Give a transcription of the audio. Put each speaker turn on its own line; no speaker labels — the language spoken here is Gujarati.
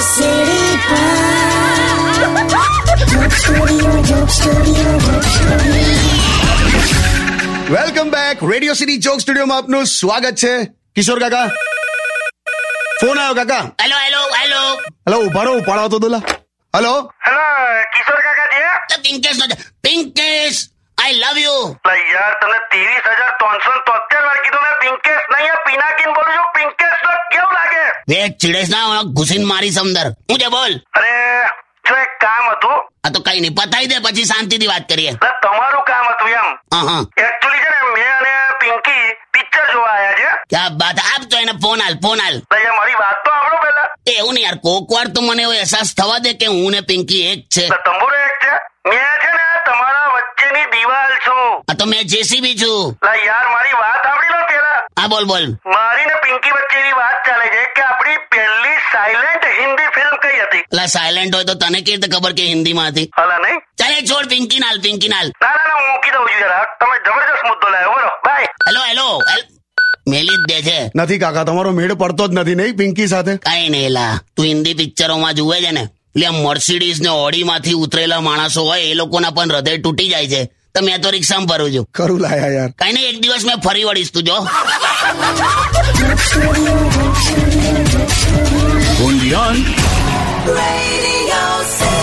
સીડી
welcome back radio city joke સ્ટુડિયોમાં આપનું સ્વાગત છે કિશોર કાકા ફોન આવ્યો કાકા
હેલો હેલો હેલો
હલો ઉભા રહો ઉપાડો તો દોલા હલો
હેલો કિશોર કાકા છે
તો પિંકેશ નો પિંકેશ આઈ લવ યુ
લા યાર તને ત્રીસ હજાર ત્રણસો તોતેર વાર કીધું મેં પિંકેશ નહીં આ પિનાકીન બોલું છું પિંકેશ તો કેવું લાગે
બે ચીડેશ ના ઘુસીન મારી સમદર હું છે બોલ
અરે જો એક કામ હતું
આ તો કઈ નહીં પતાઈ દે પછી શાંતિથી વાત કરીએ
લા તમારું કામ હતું એમ
હા હા
એકચ્યુઅલી છે ને મેં અને પિંકી પિક્ચર જોવા આવ્યા છે
ક્યાં બાત આપ તો એને ફોન હાલ ફોન હાલ
લા યાર મારી વાત તો આવડો પેલા
એ એવું નહીં યાર કોક વાર તો મને એવો અહેસાસ થવા દે કે હું ને પિંકી એક છે
લા તંબુરો એક છે મેં છે ને તમારા વચ્ચેની દિવાલ છું
આ તો મેં જેસીબી છું
લા યાર મારી વાત આવડી લો પેલા
હા બોલ બોલ
મારી ને પિંકી વચ્ચે એવી વાત ચાલે છે કે આપણી પહેલી સાયલેન્ટ હિન્દી ફિલ્મ કઈ હતી
એટલે સાયલેન્ટ હોય તો તને કેવી રીતે ખબર કે હિન્દીમાં હતી
હલા નહીં
ચાલે છોડ પિંકી નાલ પિંકી નાલ
ના ના ના હું મૂકી દઉં છું જરા તમે જબરજસ્ત મુદ્દો લાવ્યો બોલો બાય
હેલો હેલો હેલ- મેલી જ દે છે
નથી કાકા તમારો મેળ પડતો જ નથી નહીં પિંકી સાથે
કઈ નહીં લા તું હિન્દી પિક્ચરોમાં જુએ છે ને એટલે આ મર્સિડીઝ ને ઓડીમાંથી ઉતરેલા માણસો હોય એ લોકોના પણ હૃદય તૂટી જાય છે તો મેં તો રિક્ષામાં ભરું છું
ખરું લાયા યાર
કઈ નહીં એક દિવસ મેં ફરી વળીશ તું જો
Radio City.